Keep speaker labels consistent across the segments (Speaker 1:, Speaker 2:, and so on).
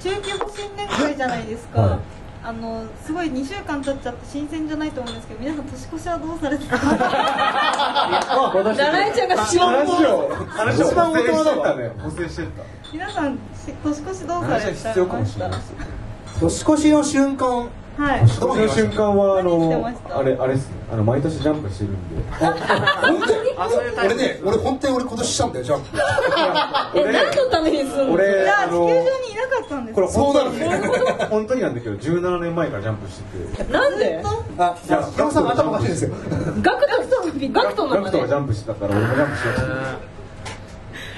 Speaker 1: 中期保診年会じゃないですか、
Speaker 2: はい
Speaker 1: あのすごい2週間経っちゃって新鮮じゃないと思うんですけど皆さん年越しはどうされてたんですか
Speaker 3: 七重ちゃんが一番
Speaker 4: 話を
Speaker 2: 話を
Speaker 4: 一番大人だ
Speaker 2: 補正して
Speaker 4: わ
Speaker 2: たね
Speaker 4: 補正してた
Speaker 1: 皆さんし年越しどうされ
Speaker 4: 話は
Speaker 1: てた
Speaker 4: 必要かもしれないです
Speaker 2: 年越しの瞬間
Speaker 1: はい
Speaker 4: その瞬間はあ
Speaker 1: 何してま
Speaker 4: の
Speaker 1: した
Speaker 4: あれあれっすねあの毎年ジャンプしてるんで
Speaker 5: 本当に
Speaker 2: あそういうタイプ
Speaker 5: 俺ね俺本当に俺今年したんだよジャンプ
Speaker 3: え何のためにすんの
Speaker 1: じ
Speaker 4: 俺
Speaker 1: ゃ
Speaker 4: あ
Speaker 1: あ地球上
Speaker 4: の
Speaker 1: にいなかったんです
Speaker 4: これ
Speaker 5: そうなる
Speaker 4: 本
Speaker 5: ね
Speaker 4: 当に本当になんだけど17年前からジャンプしてて
Speaker 3: なんで
Speaker 5: あいや山本さん頭おかしいですよ
Speaker 3: ガクタクトガクトな
Speaker 4: ガ
Speaker 3: ま
Speaker 4: ク
Speaker 3: で
Speaker 4: トがジャンプしてたから俺もジャンプしようと思っ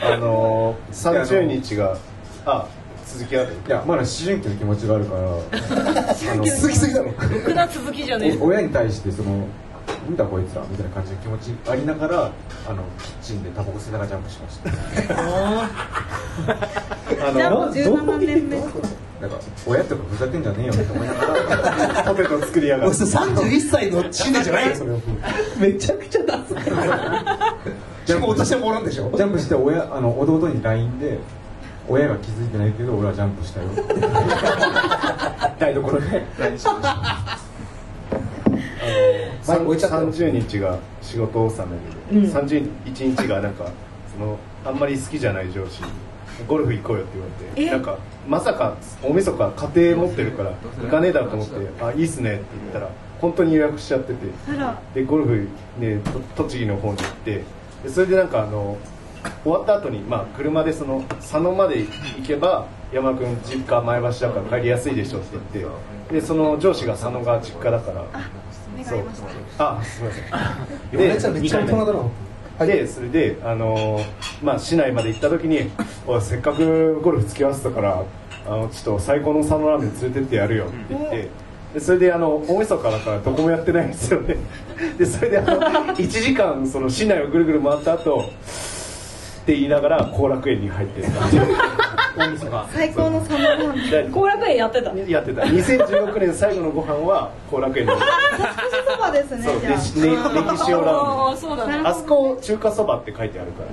Speaker 4: てあの
Speaker 6: 30日があ続きある
Speaker 4: いやまだ思春期の気持ちがあるからあの
Speaker 5: 続きすぎだろ
Speaker 3: ろくな続きじゃね
Speaker 4: お親に対してその「なんだこいつら」みたいな感じの気持ちありながらあのキッチンでタバコ吸いながらジャンプしましたあ
Speaker 1: じゃあもう
Speaker 4: の
Speaker 1: 17年目
Speaker 4: なんか親とかふざけんじゃねえよって思いながら ポテト作りやが
Speaker 5: 俺
Speaker 4: って
Speaker 5: それ31歳の新年じゃないよそれ
Speaker 3: めちゃくちゃダサい
Speaker 5: しかもお年ももらうんでしょ
Speaker 4: ジャンプして親あの弟に LINE で親が気づいてないけど俺はジャンプしたよ台所で LINE してました
Speaker 5: 前置いちゃったよ
Speaker 6: 30日が仕事納めで、31日がなんかそのあんまり好きじゃない上司にゴルフ行こうよって言われてなんかまさか大晦日家庭持ってるから行かねえだと思って「あいいっすね」って言ったら本当に予約しちゃってて
Speaker 1: あら
Speaker 6: でゴルフ、ね、と栃木の方に行ってでそれでなんかあの終わった後にまあ、車でその佐野まで行けば山君実家前橋だから帰りやすいでしょって言ってでその上司が佐野が実家だから
Speaker 1: 願いました
Speaker 6: あすみません
Speaker 5: 俺ちゃんめっちゃ大人だな
Speaker 6: でそれで、あのーまあ、市内まで行った時に 「おいせっかくゴルフ付き合わせたからあのちょっと最高の佐野ラーメン連れてってやるよ」って言って。でそれであの大晦日だからどこもやってないんですよね でそれであの1時間その市内をぐるぐる回った後って言いながら後楽園に入ってったっていう
Speaker 1: 最高のサマーランド
Speaker 6: で
Speaker 3: 後楽園やってたね
Speaker 6: やってた2016年最後のご飯は後楽園で
Speaker 1: 年越しそばです ね
Speaker 6: そう
Speaker 1: じゃ
Speaker 6: 歴史ね歴史を
Speaker 3: あ
Speaker 6: ラ
Speaker 3: あそう
Speaker 1: あ
Speaker 3: だ
Speaker 1: なる
Speaker 6: ーメンあそ
Speaker 1: ほど
Speaker 6: こ中華そばって書いてあるからね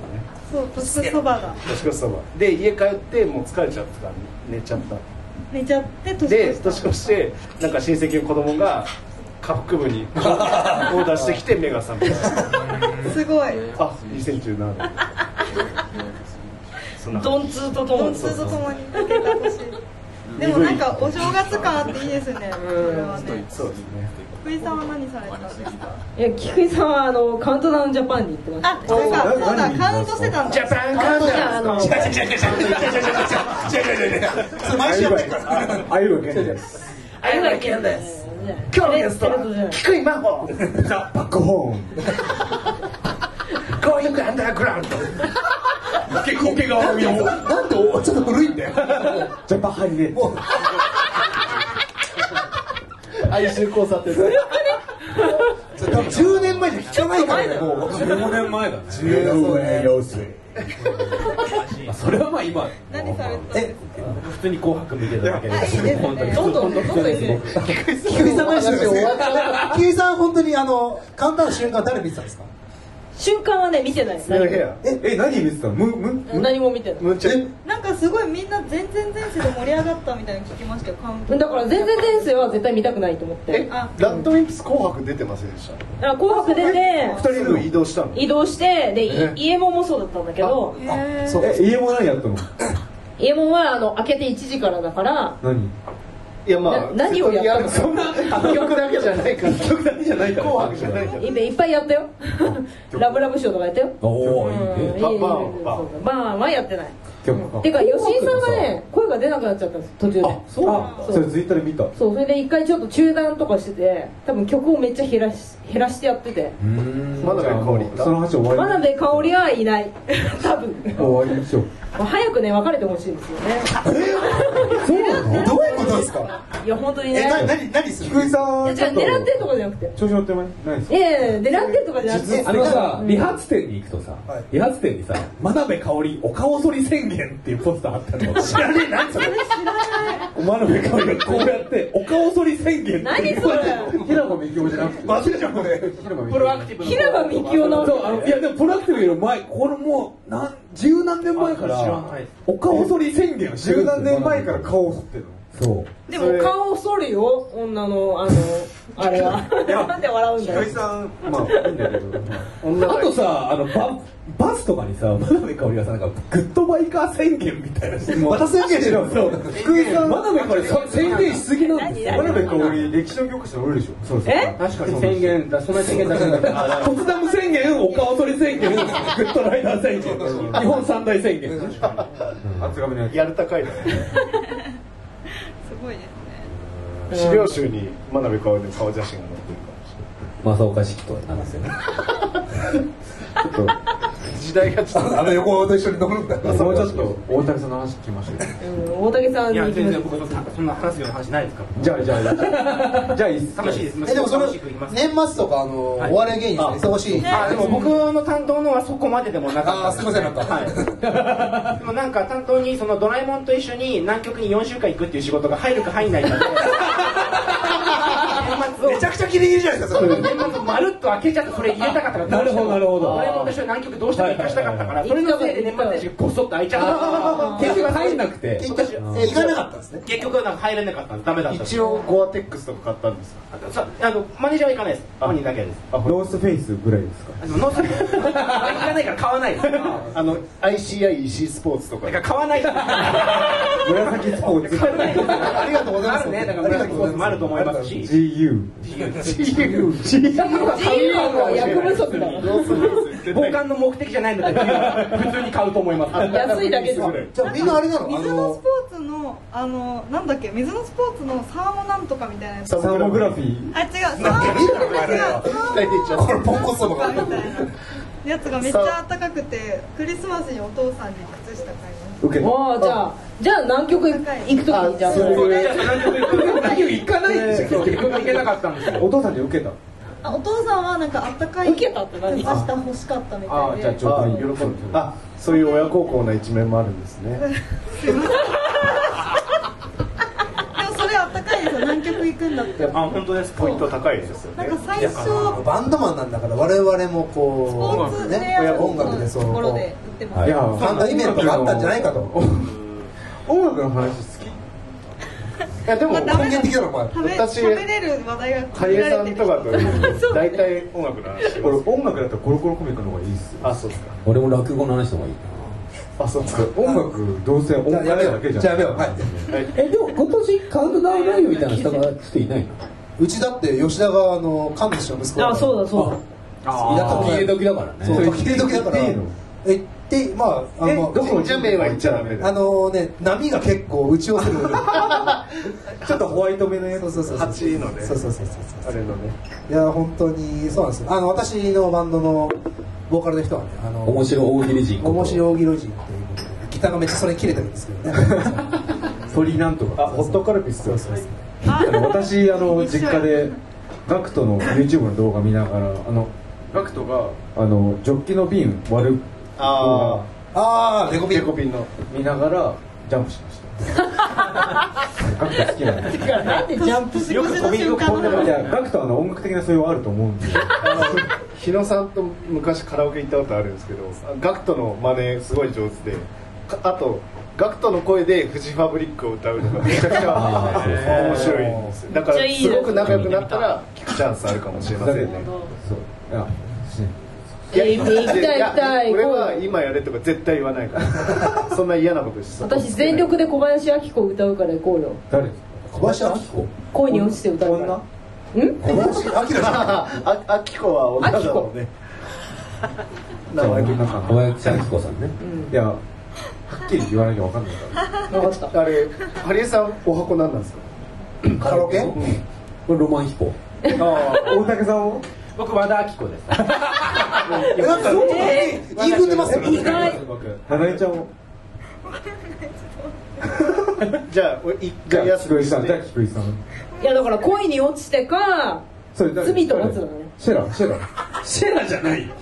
Speaker 1: そう年越しそばだ
Speaker 6: 年越しそばで家帰ってもう疲れちゃったから寝ちゃった
Speaker 1: 寝ちゃって年
Speaker 6: で
Speaker 1: 越し
Speaker 6: 年越してなんか親戚の子供が下腹部にこうを出してきて目が覚めた
Speaker 1: すごい
Speaker 6: あ2017年そんな
Speaker 3: ドンツーととも
Speaker 1: 本
Speaker 3: に
Speaker 1: 数とともに抜けてほしいでもなんかお正月感あっていいですねこれはね
Speaker 6: そうですね
Speaker 1: 福井さんは何されたんですか
Speaker 3: いや菊井さんはあのカウントダウンジャパンに行ってました
Speaker 1: あ、そうか、そうだ、カウントしてたんだ。
Speaker 6: パンカード
Speaker 3: じゃああの
Speaker 5: それ毎週やってるから
Speaker 4: あゆが現在です
Speaker 3: あれだけなんです今日のゲストは
Speaker 6: 低い魔法
Speaker 4: ザ・バックホーン
Speaker 6: ゴーイングアンダーグラウンド
Speaker 5: 結構毛が多いよなんでおちょっと古いんだよ
Speaker 4: ジャパハイで
Speaker 5: もう
Speaker 6: 哀愁交差点
Speaker 5: それ多分10年前じゃ聞かないからねもう
Speaker 2: 15年前だね
Speaker 5: 15年
Speaker 4: 用水
Speaker 2: それはまあ今
Speaker 1: 何されてたんです
Speaker 5: え
Speaker 6: 普通に紅白見てただけで
Speaker 1: か。いいですね。
Speaker 3: どんどんどんどん行ってる
Speaker 5: 菊井さんの終わった菊井さん本当にあの簡単な瞬間誰見てたんですか
Speaker 3: 瞬間はね見てないです
Speaker 6: その部屋
Speaker 4: ええ何見てたのムムム
Speaker 3: 何も見てない
Speaker 6: むっちゃ
Speaker 1: なんかすごいみんな全然前世で盛り上がったみたいに聞きましたよ、カウント。
Speaker 3: だから全然前世は絶対見たくないと思っ
Speaker 6: え
Speaker 3: て
Speaker 1: あ
Speaker 6: ラッドウィンプス紅白出てませんでした
Speaker 3: だから紅白出て
Speaker 6: 二人分移動したの
Speaker 3: 移動してでい
Speaker 6: え
Speaker 3: 家門もそうだったんだけど
Speaker 1: へー
Speaker 5: そう
Speaker 4: え家も何やったの
Speaker 3: 家門はあの開けて1時からだから
Speaker 4: 何
Speaker 6: いやまあ
Speaker 3: な何をやったの
Speaker 6: そんな曲だけじゃな いから曲だけじゃないから紅白じゃないから
Speaker 3: いっぱいいっぱいやったよラブラブショーとかやったよ
Speaker 2: おおいい
Speaker 3: うん
Speaker 2: ね
Speaker 6: バ
Speaker 3: いい
Speaker 6: バ
Speaker 3: いいいい
Speaker 6: ーンバーン
Speaker 3: そうだバーンはやってない
Speaker 4: 曲か
Speaker 3: てか吉井さんがね声が出なくなっちゃったんです途中で
Speaker 2: あそうなん
Speaker 4: あ
Speaker 2: だ
Speaker 4: それツイッターで見た
Speaker 3: そうそれで一回ちょっと中断とかしてて多分曲をめっちゃ減らし減らしてやってて
Speaker 6: 真鍋かおりいた
Speaker 4: その話終わり
Speaker 3: 真鍋かおりはいない 多分
Speaker 4: もう終わりにしよう
Speaker 3: 早くね別れてほしいんですよね
Speaker 5: どういうことですか
Speaker 3: いや本当に
Speaker 5: え
Speaker 3: ね
Speaker 5: な何何する
Speaker 4: 菊井さん
Speaker 3: いやじゃあ
Speaker 4: ちょと
Speaker 3: 狙ってるとかじゃなくて
Speaker 4: 調子乗ってないないです
Speaker 3: いやいや狙ってるとかじゃなくて
Speaker 2: あのさ、理髪店に行くとさ、
Speaker 5: はい
Speaker 2: 理髪店にさ、 真鍋かおりお顔剃り宣言っていうポスターあったの。知らねえ、なんそれ。お前の目からこうやってお顔剃り宣言
Speaker 3: 何それ
Speaker 4: 平野みきおじゃなくて
Speaker 2: マジでじゃんこれ
Speaker 4: 平野みき
Speaker 7: プ
Speaker 4: お
Speaker 7: ロアクティブの
Speaker 3: 平場みきおな
Speaker 2: そうあのいやでもプロアクティブより前これもう何十何年前から
Speaker 7: あ知らないです
Speaker 2: お顔剃り宣言をしてる
Speaker 4: 十
Speaker 2: んですよ
Speaker 4: 何年前から顔を剃ってるの
Speaker 2: そう
Speaker 3: でも顔を剃るよ女のあのあれはなんで笑うん
Speaker 4: ひ
Speaker 3: だ
Speaker 4: かり
Speaker 3: よ
Speaker 4: さんまあいいんだけどまあ
Speaker 6: 女
Speaker 2: あ
Speaker 6: が
Speaker 2: とさあのババスとかにさ真鍋かおりがさなんかグッドバイカー宣言みたい なして
Speaker 4: また宣言しろ
Speaker 2: そう福井さん真鍋かおりさ宣言しすぎなんですよ
Speaker 4: 真鍋香織歴史の教科書に載るでしょそうそう
Speaker 3: え
Speaker 4: 確かにそう
Speaker 7: 宣言だそんな宣言出せなかった
Speaker 2: ポツダム宣言お顔取り宣言グッドライダー宣 言日本三大宣言
Speaker 4: 厚紙のやつ
Speaker 6: やる高いだね
Speaker 1: すごいですね
Speaker 6: 資料集に真鍋かおりの顔写真が載ってるかもし
Speaker 2: 正岡式となんですよね
Speaker 4: ちょっと
Speaker 6: れない時代がちょっ
Speaker 5: あの横と一緒に乗るんだ
Speaker 4: まあもうちょっと大谷さんの話聞きましょう
Speaker 3: うん大竹さん
Speaker 7: い
Speaker 3: に
Speaker 7: や
Speaker 3: 行き
Speaker 7: 全
Speaker 3: まし
Speaker 7: 然
Speaker 3: ょ
Speaker 7: 僕そんな話すような話ないですか
Speaker 4: じゃあじゃあじゃあじゃあいいっす
Speaker 7: ら楽しいです
Speaker 5: えでもそれ
Speaker 7: 楽しくいきます
Speaker 5: 年末とかあの
Speaker 7: はい
Speaker 5: お笑い芸人さん忙しい
Speaker 7: あでも僕の担当のはそこまででもなか
Speaker 5: あ
Speaker 7: った
Speaker 5: ーすいませんなんか
Speaker 7: はいでもなんか担当にそのドラえもんと一緒に南極に4週間行くっていう仕事が入るか入んないかで年末を
Speaker 5: めちゃくちゃギリギリじゃないですかそれ
Speaker 7: 年末まるっと開けちゃってそれ言えたかったから
Speaker 2: なるほどなるほど
Speaker 7: ドラえもんと一緒に南極どうしても行かしたかったから
Speaker 3: はい
Speaker 7: そ
Speaker 3: はい
Speaker 7: れ
Speaker 3: はい
Speaker 7: のせいで年末年始こっそっと開いちゃ
Speaker 3: あ
Speaker 7: った
Speaker 2: 結局入んなくて
Speaker 5: 結局え行かなかったんですね
Speaker 7: 結局はなんか入れなかったんですダメだ
Speaker 6: と
Speaker 7: ったんです
Speaker 6: 一応ゴアテックスとか買ったんですか
Speaker 7: あそうあのマネージャーは行かないです本人だけです
Speaker 4: ノースフェイスぐらいですか
Speaker 7: あでもノースリーブ行かないから買わないです
Speaker 6: あの ICI 石井スポーツとか
Speaker 7: だから買わないです
Speaker 4: 紫スポ ーツ
Speaker 5: ありがとうござい
Speaker 7: あ
Speaker 5: ます
Speaker 7: るね、だから紫コースもあると思いますし、
Speaker 4: GU
Speaker 3: う自由は役不足だよ
Speaker 7: 防寒の目的じゃないんだったら、普通に買うと思います。
Speaker 3: 安いだけですよ
Speaker 5: じゃあみんなあれなのあ
Speaker 1: 水のス
Speaker 5: の
Speaker 1: ポーツのあのなんだっけ水のスポーツのサーモなんとかみたいなやつ
Speaker 4: サーモグラフィー
Speaker 1: あ違うサーモ違うサーモ
Speaker 5: これポンコツと
Speaker 1: な
Speaker 5: か
Speaker 1: んとかみたいなやつがめっちゃ暖かくてクリスマスにお父さんに靴下買いま
Speaker 4: 受けた
Speaker 3: ああじゃあじゃあ南極行くときにじゃあ
Speaker 2: 行かないでしょ
Speaker 7: 結局行けなかったんですよ。
Speaker 4: お父さんに受けた
Speaker 1: したあお父さんはなんか暖かい
Speaker 3: 受けたって何
Speaker 1: 靴下欲しかったみた
Speaker 4: ああ
Speaker 1: い
Speaker 4: じゃあ
Speaker 1: で
Speaker 4: ちょうどいい
Speaker 6: あそういう親孝行な一面もあるんですね
Speaker 1: でもそれ暖かいですよ南極行くんだって
Speaker 6: あ本当ですポイント高いですよ
Speaker 1: なん
Speaker 6: ね
Speaker 1: か最初
Speaker 5: バンドマンなんだから我々も
Speaker 1: スポ
Speaker 5: こ
Speaker 1: ー
Speaker 5: う
Speaker 1: ツ
Speaker 5: ね
Speaker 1: ね
Speaker 5: 音楽でそう
Speaker 1: と
Speaker 5: こ
Speaker 1: ころで売
Speaker 5: う
Speaker 1: ってます、
Speaker 2: はい
Speaker 4: いや
Speaker 5: ファンタイベントがあったんじゃないかと
Speaker 4: 音楽の話好き
Speaker 6: いやでも
Speaker 1: まあダメ
Speaker 5: 根源的だろお前
Speaker 1: 食べ
Speaker 6: 私
Speaker 1: 食べれる話題が
Speaker 6: カエさんとかと
Speaker 1: そう
Speaker 6: 大体音楽の話
Speaker 4: 俺音楽だったらコロコロコミックの方がいいっすよ
Speaker 6: あそうですか
Speaker 2: 俺も落語の話の方がいい
Speaker 6: あそうですか
Speaker 4: 音楽どうせ音楽
Speaker 5: じゃあやめよ
Speaker 4: だけ
Speaker 5: う
Speaker 4: じゃん
Speaker 5: じゃあやめようはい
Speaker 2: なえでも今年カウントダウンライブみたいな人がちょっといないの
Speaker 5: うちだって吉田があの神主の息子
Speaker 3: あそうだそうだ
Speaker 2: あ時計時だから
Speaker 5: そう
Speaker 2: ね
Speaker 5: 時計時だから
Speaker 4: 行っていいの
Speaker 5: え行ってまああ
Speaker 6: え
Speaker 5: の
Speaker 6: どこジャベは言っちゃダメ
Speaker 5: あ
Speaker 6: だ
Speaker 5: のね波が結構打ち寄せる
Speaker 4: ちょっとホワイトめのや
Speaker 5: そう
Speaker 4: つ
Speaker 5: そうそうそう
Speaker 6: 八のね
Speaker 5: そうそうそうそう
Speaker 6: あれのね
Speaker 5: いや本当にそうなんですよあの私のバンドのボーカルの人はねあの
Speaker 2: 面白大喜利人こと
Speaker 5: 面白大喜利人っていうギターがめっちゃそれに切れてるんですけどね
Speaker 4: 鳥なんとかあホットカルピスそうそう私あの実家でガクトの YouTube の動画見ながらあの
Speaker 6: ガクトが
Speaker 4: あのジョッキの瓶割る
Speaker 6: あ
Speaker 5: ああデコ
Speaker 6: あ
Speaker 5: ピン
Speaker 6: デコピンの
Speaker 4: 見ながらジャンプしましたガクト好きなんで
Speaker 3: なんでジャンプ
Speaker 1: 年越しの瞬間の
Speaker 4: い
Speaker 1: 話
Speaker 4: やガクトはあの音楽的な素養はあると思うんで
Speaker 6: 日野さんと昔カラオケ行ったことあるんですけどガクトの真似すごい上手でかあとガクトの声でフジファブリックを歌うのがめちゃくち
Speaker 2: あーそう
Speaker 6: ゃ面白いんですよだか
Speaker 3: めっちゃ
Speaker 6: ら
Speaker 3: いい
Speaker 6: すごく仲良くなったら聞くチャンスあるかもしれませんね
Speaker 4: そういやし
Speaker 3: いや行きたい行きたい
Speaker 6: 俺は今やれとか絶対言わないからそんな嫌なことして
Speaker 3: 私全力で小林明子歌うから行こうよ
Speaker 4: 誰です
Speaker 5: 小林明子
Speaker 3: 恋に落ちて歌うから
Speaker 4: 女
Speaker 3: ん
Speaker 5: 小林明子さん
Speaker 6: ああきこは女だもんね
Speaker 4: 名前となん
Speaker 2: 小
Speaker 4: か
Speaker 2: 林明子さんね
Speaker 4: いやはっきり言わなきゃわかんないから
Speaker 3: 分かった
Speaker 6: あれハリエさんお箱なんなんですか
Speaker 5: カラオケ
Speaker 2: これロマン飛行
Speaker 4: 大竹さんを
Speaker 7: 僕、和田アキ子です。
Speaker 5: えなんか
Speaker 3: え
Speaker 5: 言い踏んでますよ
Speaker 3: 意外
Speaker 4: 七井ちゃんを
Speaker 6: じゃあ俺一
Speaker 4: じゃあ
Speaker 6: 回休
Speaker 4: 菊
Speaker 6: み
Speaker 4: 池
Speaker 6: し
Speaker 4: さんじゃあ
Speaker 6: て
Speaker 4: 菊池さん
Speaker 3: いやだから恋に落ちてか
Speaker 4: それ誰
Speaker 3: 罪と罰だね
Speaker 4: シェラシェラ
Speaker 2: シェラじゃないよ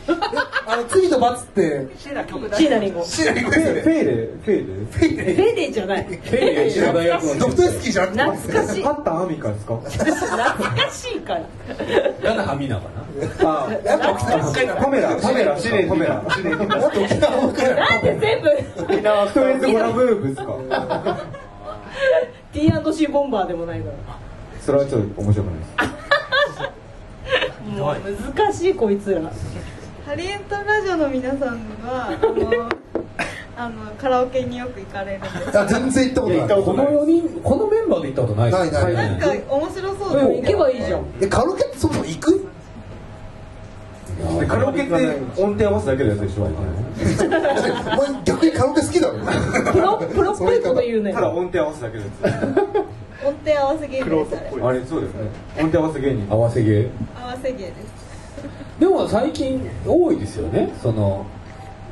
Speaker 5: あの、罪と罰って、
Speaker 8: シェラ曲だ
Speaker 3: 椎名林檎
Speaker 5: シェラに
Speaker 4: フェ
Speaker 5: ですよね。
Speaker 4: イレフェイレ
Speaker 3: フェデじゃない
Speaker 2: ペイシェラ大学の
Speaker 5: ドクタースキーじゃなくて。
Speaker 3: 懐かしい
Speaker 4: パッタアミカですか
Speaker 3: 懐かしいから
Speaker 2: ラナハミナかな
Speaker 4: あ
Speaker 5: やっぱ沖縄
Speaker 4: カメラカメラ
Speaker 6: 試練
Speaker 4: カメラ
Speaker 5: やっぱ沖縄僕ら。
Speaker 3: なんで全部
Speaker 6: 沖縄
Speaker 4: とりあえずご覧ブーブですか
Speaker 3: T&C ボンバーでもないから
Speaker 4: それはちょっと面白くないです
Speaker 3: もう難しいこいつら
Speaker 1: ハリエントンラジオの皆さんはあのあのカラオケによく行かれるんです
Speaker 5: あ全然行ったことない。
Speaker 2: この4人このメンバーで行ったことない
Speaker 5: ないない
Speaker 1: なんか面白そう
Speaker 3: 行
Speaker 1: です
Speaker 3: け
Speaker 1: よ
Speaker 3: ばいいじゃん
Speaker 5: えカラオケってそもそも行く
Speaker 4: でカラオケって音程合わすだけのやつでしょ
Speaker 5: お前逆にカラオケ好きだろ
Speaker 3: プロプロっぽいこと言うね
Speaker 4: ただ音程合わすだけのや
Speaker 1: 音程合わせ芸ですあれ
Speaker 4: つあれそうだよね音程合わせ芸人
Speaker 2: 合わせ芸
Speaker 1: 合わせ芸です
Speaker 2: でも最近多いですよねその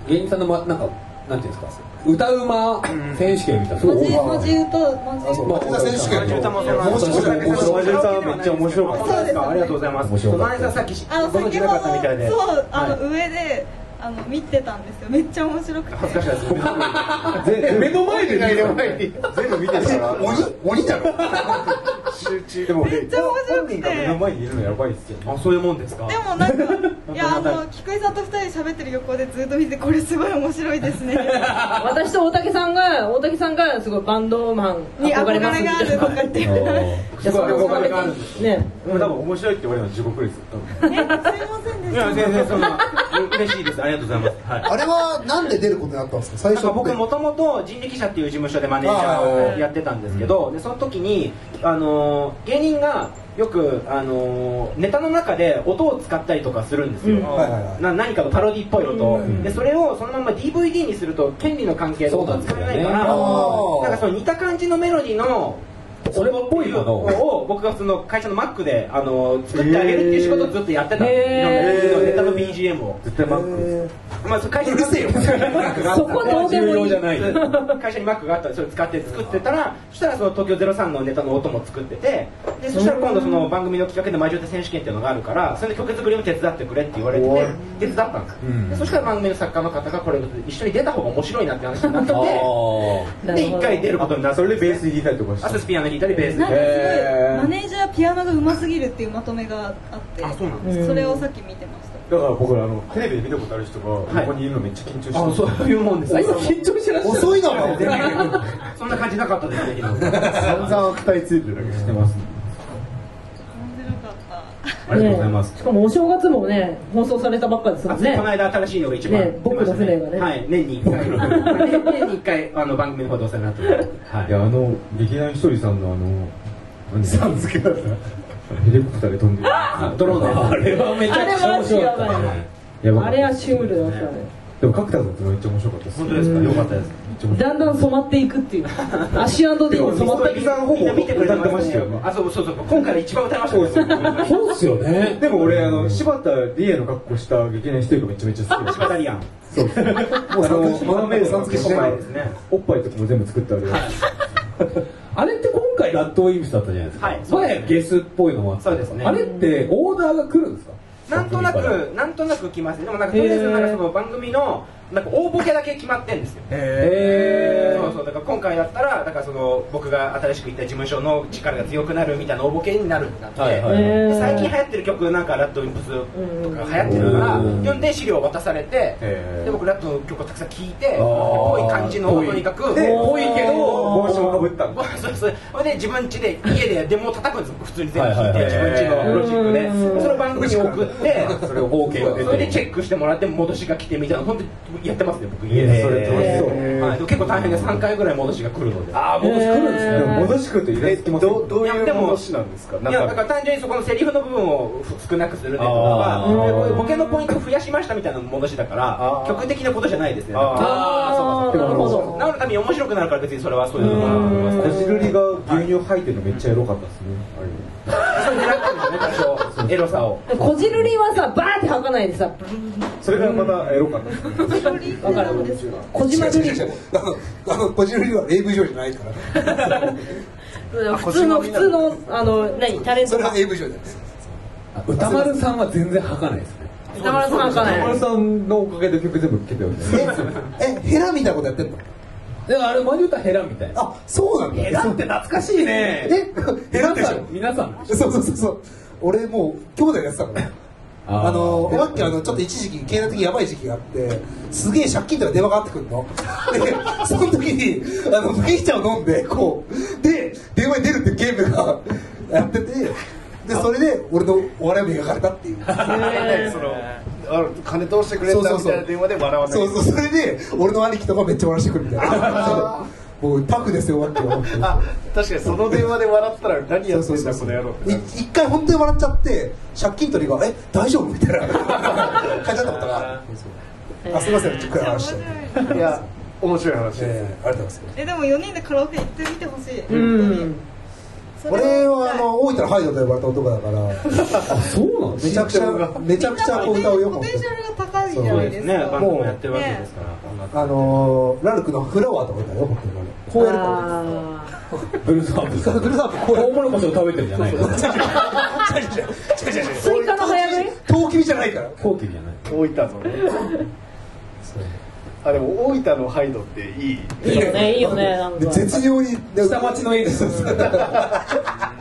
Speaker 2: 芸人さんの、ま、なんかなんていうんですか歌うま選手権みたいなすごい
Speaker 1: 文字
Speaker 2: 多い
Speaker 1: 文字歌う文字
Speaker 2: まあ
Speaker 5: 沖縄選手権の
Speaker 8: 歌もその
Speaker 2: 面白い面白い
Speaker 4: おじさんめっちゃ面白かった
Speaker 1: そうです
Speaker 7: ありがとうございます。
Speaker 2: 面白
Speaker 7: その
Speaker 2: かった
Speaker 7: 間さっきし
Speaker 1: あの
Speaker 7: ご存
Speaker 1: 先
Speaker 7: 知
Speaker 1: ほ
Speaker 7: な
Speaker 1: ど
Speaker 7: かったみたいで。
Speaker 1: そうあの上であの見てたんですよめっちゃ面白くて
Speaker 7: 恥ずかしいです。
Speaker 4: 目の前で
Speaker 6: 目の前に
Speaker 4: 全部見てるから
Speaker 5: 鬼鬼だろ
Speaker 6: 集中
Speaker 4: でも
Speaker 1: めっちゃ面白くて
Speaker 4: 本人が目の前にいるのやばいっすよね
Speaker 8: あそういうもんですか
Speaker 1: でもなんかいやあの菊井さんと二人で喋ってる横でずっと見てこれすごい面白いですね
Speaker 3: 私と大竹さんが大竹さんがすごいバンドマン
Speaker 1: に憧
Speaker 3: 憧
Speaker 1: れ
Speaker 3: れま
Speaker 1: が
Speaker 3: すみ
Speaker 1: あ
Speaker 3: た
Speaker 1: る
Speaker 3: い
Speaker 1: と
Speaker 3: な
Speaker 1: かってね
Speaker 3: じゃあそれを
Speaker 7: 憧れがあるん
Speaker 3: 別にね
Speaker 4: でも多分面白いって言われるのは地獄ですよ多分
Speaker 1: すいませんで
Speaker 8: い
Speaker 1: した
Speaker 8: や全然そん な嬉しいですありがとうございますはい
Speaker 5: あれはなんで出ることになったんですか最
Speaker 8: なん
Speaker 5: 初
Speaker 8: か
Speaker 5: って
Speaker 8: 僕もともと人力車っていう事務所でマネージャーをやってたんですけどでその時に、あのー芸人がよく、あのーネタの中で音を使ったりとかするんですよ、
Speaker 3: うん
Speaker 5: はいはいはい
Speaker 8: な何かのパロディっぽい音、
Speaker 5: うん
Speaker 8: でそれをそのまま DVD にすると権利の関係で音使えないからな
Speaker 5: そう
Speaker 8: ん
Speaker 5: なんですよね
Speaker 8: かその似た感じのメロディーの
Speaker 2: それっぽいものを
Speaker 8: を僕がその会社のマックで、あのー作ってあげるっていう仕事をずっとやってたんですよ、
Speaker 3: へー
Speaker 8: いろんなネタの BGM を、
Speaker 4: 絶対マック
Speaker 8: まあ、その会社にマックがあったんで
Speaker 3: そこどうでも
Speaker 2: 重要
Speaker 3: いい
Speaker 2: じゃない
Speaker 8: 会社にマックがあったらそれ使って作ってたらそしたらその東京03のネタの音も作っててでそしたら今度その番組の企画で「魔女手選手権」っていうのがあるからそれで曲作りも手伝ってくれって言われて手伝ったんです、
Speaker 2: うん
Speaker 8: でそしたら番組の作家の方がこれ一緒に出た方が面白いなって話になって
Speaker 2: あ
Speaker 3: な
Speaker 8: で
Speaker 3: るほ
Speaker 8: 一
Speaker 3: ど
Speaker 8: 回出ることになって
Speaker 4: それでベース弾いたりとかして
Speaker 8: アススピアノ弾いたりベース
Speaker 1: なんか
Speaker 8: で。
Speaker 1: すご
Speaker 4: へ
Speaker 1: い
Speaker 4: ー
Speaker 1: マネージャーピアノがうますぎるっていうまとめがあって
Speaker 8: あそうなん
Speaker 3: ですね
Speaker 1: それをさっき見てまし
Speaker 4: だから僕らあのテレビで見たことある人が
Speaker 8: い
Speaker 4: ここにいるのめっちゃ緊張してる
Speaker 8: そういうもんです
Speaker 2: あ今緊張してらっしゃる
Speaker 5: 遅いなお前
Speaker 8: そんな感じなかったですね昨日
Speaker 4: 散々悪態ついてるだけしてます
Speaker 1: た面白かった
Speaker 4: ありがとうございます
Speaker 3: ねしかもお正月もね放送されたばっかですも
Speaker 8: あ
Speaker 3: んね
Speaker 8: この間新しいのが一番、
Speaker 3: ね僕の船がね
Speaker 8: はい年に一回年に一回あの番組の方でお世話になってますはい
Speaker 4: いやあの劇団ひとりさんのあの何さん付けだったヘリコプターで飛んでる
Speaker 8: あドローンのやつ
Speaker 2: あれはめちゃくちゃ面白かっ
Speaker 3: あ
Speaker 2: た
Speaker 3: れは違
Speaker 4: や
Speaker 3: うわ
Speaker 2: ね
Speaker 4: ばか
Speaker 3: あ
Speaker 4: った
Speaker 3: れはシュールだったね
Speaker 4: でも角田さんってめっちゃ面白かったです
Speaker 8: 本当ですかよかったです
Speaker 4: す
Speaker 3: だんだん染まっていくっていう足 &D に染まっていく
Speaker 4: さんほぼ
Speaker 8: 見てくれて
Speaker 4: 歌って
Speaker 8: ま
Speaker 4: ま
Speaker 8: し
Speaker 4: したた
Speaker 8: よ
Speaker 4: よ
Speaker 8: ね
Speaker 4: ね。
Speaker 8: あ、そうそうそう。今回一番歌いましたよ。
Speaker 2: そうっすよね
Speaker 4: でも俺あの柴田理恵の格好した劇団ひとりがめちゃめちゃ好きで
Speaker 8: バタリアン。
Speaker 4: そうもうあのマナメイドさん付けしてない
Speaker 8: ですね。
Speaker 4: おっぱいとかも全部作ってあるよ
Speaker 2: あれって今回ラッドウィンプスだったじゃないですか、
Speaker 8: はいそうです
Speaker 2: 前ゲスっぽいのは
Speaker 8: そうですね
Speaker 2: あれってオーダーが来るんですか
Speaker 8: なんとなく
Speaker 2: 番組か
Speaker 8: な
Speaker 2: ら、
Speaker 8: んとなく来ますね。でもなんか、とりあえずなんかその番組の、なんか大ボケだけ決まってんですよ。
Speaker 2: へ
Speaker 8: そうそう。だから今回だったら、だからその、僕が新しく行った事務所の力が強くなるみたいな大ボケになるってなって。
Speaker 2: はいはい
Speaker 3: へー
Speaker 8: で最近流行ってる曲なんかラッドウィンプスとか流行ってるから
Speaker 2: うん
Speaker 8: 読んで資料を渡されて
Speaker 4: へー
Speaker 8: で僕ラッドの曲をたくさん聴いて
Speaker 2: あー
Speaker 8: こういう感じのとにかく
Speaker 4: で
Speaker 8: 多いけど
Speaker 4: 帽子もかぶったんだ
Speaker 8: そうそうそれで自分家で家でデモを叩くんですよ普通に全部聞い
Speaker 2: はい
Speaker 8: て
Speaker 2: はい
Speaker 8: 自
Speaker 2: はい
Speaker 8: 分家のプロジェクト
Speaker 3: う
Speaker 8: で
Speaker 3: ん
Speaker 8: その番組に送って
Speaker 2: それを OK が出て
Speaker 8: それでチェックしてもらって戻しが来てみたいな本当にやってますね僕家
Speaker 4: え
Speaker 8: で
Speaker 4: ーそれ楽しそう
Speaker 8: はいでも結構大変で3回ぐらい戻しが来るので
Speaker 2: ああ戻してくるんですね、
Speaker 4: でも戻しくると入れつきません
Speaker 6: どどう
Speaker 8: いや
Speaker 6: い
Speaker 8: で
Speaker 6: う
Speaker 8: も
Speaker 6: 話なんですか
Speaker 8: いやだから
Speaker 6: か
Speaker 8: 単純にそこのセリフの部分を少なくするねとか
Speaker 2: あー
Speaker 8: はボケのポイント増やしましたみたいな戻しだから
Speaker 6: あー
Speaker 8: 曲的なことじゃないですね
Speaker 6: あー
Speaker 3: ああなるほど
Speaker 8: なのために面白くなるから別にそれはそういうのかなと思います
Speaker 4: こじるりが牛乳吐いてるのめっちゃエロかったですね
Speaker 8: それ狙ってるんですよね多少エロさを
Speaker 3: こじるりはさバーって吐かないでさ
Speaker 4: あれそれがまたエロかったですね
Speaker 1: 鳥ってなんですか
Speaker 3: 小島瑠璃
Speaker 5: 違う違う違うあのあのこじるりは AV 女優じゃないから
Speaker 3: 普通の普通のあの何タレン
Speaker 5: そ
Speaker 3: ト
Speaker 5: れ
Speaker 3: が
Speaker 5: は AV 女優じゃない
Speaker 2: あ歌丸さんは全然吐かないですね
Speaker 3: 北村さんか
Speaker 4: 中
Speaker 3: ね
Speaker 4: 村さんのおかげで曲全部聴けたよね
Speaker 5: え、ヘラみたいなことやってんの
Speaker 2: だからあれ前に言ったヘラみたいな
Speaker 5: あ、そうなんだ。ヘ
Speaker 2: ラって懐かし いね
Speaker 5: え、ヘラでしょ
Speaker 2: 皆さん皆さ
Speaker 5: そ
Speaker 2: ん
Speaker 5: うそうそうそう。俺もう兄弟やってたから。あのおばっきあのちょっと一時期経済的にやばい時期があってすげえ借金とか電話がかかってくるのでその時にあの麦茶を飲んでこうで電話に出るっていうゲームがやっててでそれで俺のお笑いを磨かれたっていう
Speaker 6: そのあ金通してくれたみ
Speaker 5: そうそうそう
Speaker 6: たいな電話で笑わない
Speaker 5: そうそうそれで俺の兄貴とかめっちゃ笑わしてくるみたいなもうタフですよおばっきは
Speaker 6: あ確かにその電話で笑ったら何やって
Speaker 5: そうんそ
Speaker 6: だ
Speaker 5: う
Speaker 6: こ
Speaker 5: そう
Speaker 6: の野郎って
Speaker 5: い一回本当に笑っちゃって借金取りが「え大丈夫?」 みたいな感じだったことがあるあすいませんちょっと暗い
Speaker 1: 面
Speaker 5: 話し
Speaker 1: 白い
Speaker 5: て。
Speaker 6: いや面白い話です、
Speaker 5: えーありがとうございます
Speaker 1: えでも4人でカラオケ行ってみてほしい本当
Speaker 3: うん
Speaker 1: にそれ
Speaker 5: 俺はあの大分のハイドと呼ばれた男だ から
Speaker 2: あそうなの
Speaker 5: めちゃくちゃめちゃくちゃこう歌をよく
Speaker 1: ポ
Speaker 5: 持っ
Speaker 1: テ
Speaker 5: て
Speaker 1: ンシャルが高いじゃないです
Speaker 8: ねバ
Speaker 1: か
Speaker 8: ンドもやってるわけですから、
Speaker 5: あのーラルクのフラワーとか歌うよ持ってるからこうやるか
Speaker 3: あ
Speaker 2: ブルースアップ
Speaker 5: らグループこうや
Speaker 2: ト
Speaker 5: る
Speaker 2: ウモロコシを食べてるんじゃないの
Speaker 3: ースイカの早食い
Speaker 5: 遠きびじゃないから
Speaker 2: コウキビじゃない
Speaker 6: 大分のねあでも大分のハイドっていい
Speaker 3: いいよねいいよねなん
Speaker 5: で
Speaker 3: か
Speaker 5: 絶妙に
Speaker 2: 下町の絵です
Speaker 6: あ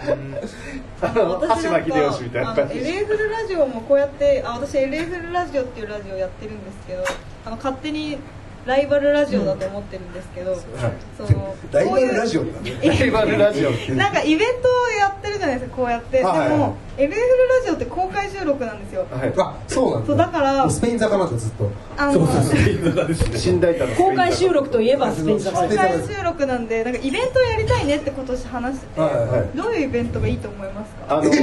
Speaker 6: の
Speaker 1: 私
Speaker 6: 羽
Speaker 1: な
Speaker 6: 柴
Speaker 1: ん
Speaker 6: 秀吉みたい
Speaker 1: か
Speaker 6: な
Speaker 1: あの
Speaker 6: 感じ
Speaker 1: LFL ラジオもこうやってあ私 LFL ラジオっていうラジオやってるんですけどあの勝手にライバルラジオだと思ってるんですけど、その
Speaker 5: ライバ
Speaker 1: こうい
Speaker 5: ル
Speaker 1: う
Speaker 5: ラジオだね
Speaker 6: ライバルラジオっていう
Speaker 1: なんかイベントをやってるじゃないですかこうやってでも、
Speaker 5: はいはいはい
Speaker 1: LFL ラジオって公開収録なんですよ
Speaker 6: はい
Speaker 5: あそうなん
Speaker 1: そうだから
Speaker 5: スペイン坂なんだずっと
Speaker 1: あの
Speaker 6: 新大田の
Speaker 3: 公開収録といえばスペインだか
Speaker 1: 公開収録なんでなんかイベントやりたいねって今年話してて、
Speaker 5: はいはいはい
Speaker 1: どういうイベントがいいと思いますか
Speaker 6: あのハ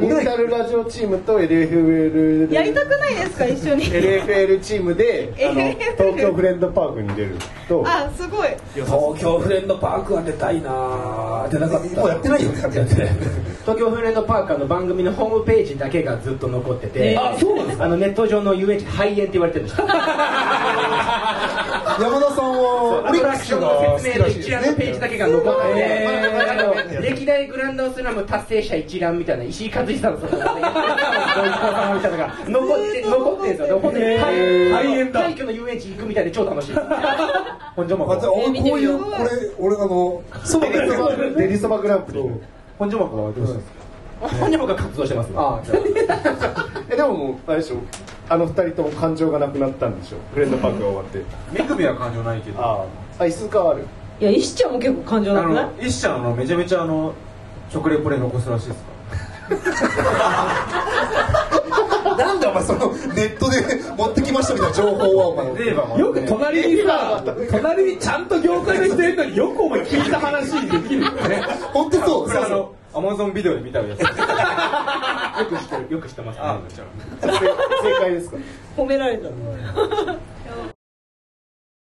Speaker 6: ニータルラジオチームと LFL
Speaker 1: やりたくないですか一緒に
Speaker 6: LFL チームであの
Speaker 1: LFL
Speaker 6: 東京フレンドパークに出ると
Speaker 1: あすごい
Speaker 2: 東京フレンドパークは出たいなぁ出なかった
Speaker 5: もうやってないよね
Speaker 2: やってない
Speaker 8: 東京フレンドパークあの番組のホームページだけがずっと残ってて、
Speaker 2: あそうなんですか
Speaker 8: あのネット上の遊園地肺炎って言われてるんですよ
Speaker 5: 山田さんはオ
Speaker 8: ア
Speaker 5: リ
Speaker 8: ト
Speaker 5: ッ
Speaker 8: ラ
Speaker 5: ク
Speaker 8: ク
Speaker 5: ス
Speaker 8: ション
Speaker 5: が
Speaker 8: の
Speaker 5: 好
Speaker 8: 説
Speaker 5: き
Speaker 8: 明
Speaker 5: ら
Speaker 8: の
Speaker 5: しいで
Speaker 8: 一
Speaker 5: す
Speaker 8: 覧のペ
Speaker 5: ね
Speaker 8: ージだけが残ってて、
Speaker 2: え
Speaker 8: あの歴代グランドスラム達成者一覧みたいな石井和久のそこで残って残ってるんですよでも本当に廃墟廃墟の遊園地行くみたいで超楽しいです
Speaker 4: 本庄
Speaker 5: あじゃあ
Speaker 4: 幕
Speaker 5: 俺こういう
Speaker 1: 見
Speaker 5: こ
Speaker 1: てみ
Speaker 5: れ俺あのそう なんですよ
Speaker 6: デリそばグランプリ
Speaker 4: 本庄幕はどうしたんですか
Speaker 8: 本人僕は活動してます
Speaker 4: あじゃ
Speaker 6: えでももうあれでしょあの二人とも感情がなくなったんでしょフレンドパークが終わって
Speaker 4: あめぐみは感情ないけど
Speaker 6: ああ椅子変わる
Speaker 3: いや石ちゃんも結構感情
Speaker 4: あ
Speaker 3: なくない
Speaker 4: の一社のめちゃめちゃあの食レポで残すらしいですか
Speaker 5: なんだお前そのネットで持ってきましたみたいな情報はお前
Speaker 4: ら
Speaker 2: よく隣にさ隣にちゃんと業界の人いるのによくお前聞いた話にできるよね
Speaker 5: 本当にそう
Speaker 4: こ
Speaker 5: そ
Speaker 4: れ
Speaker 5: う
Speaker 4: あ
Speaker 5: そ
Speaker 4: のアマゾンビデオで見たやつ
Speaker 8: よく知ってるよく知ってますね
Speaker 4: じゃあ
Speaker 6: 正正解ですか
Speaker 3: 褒められた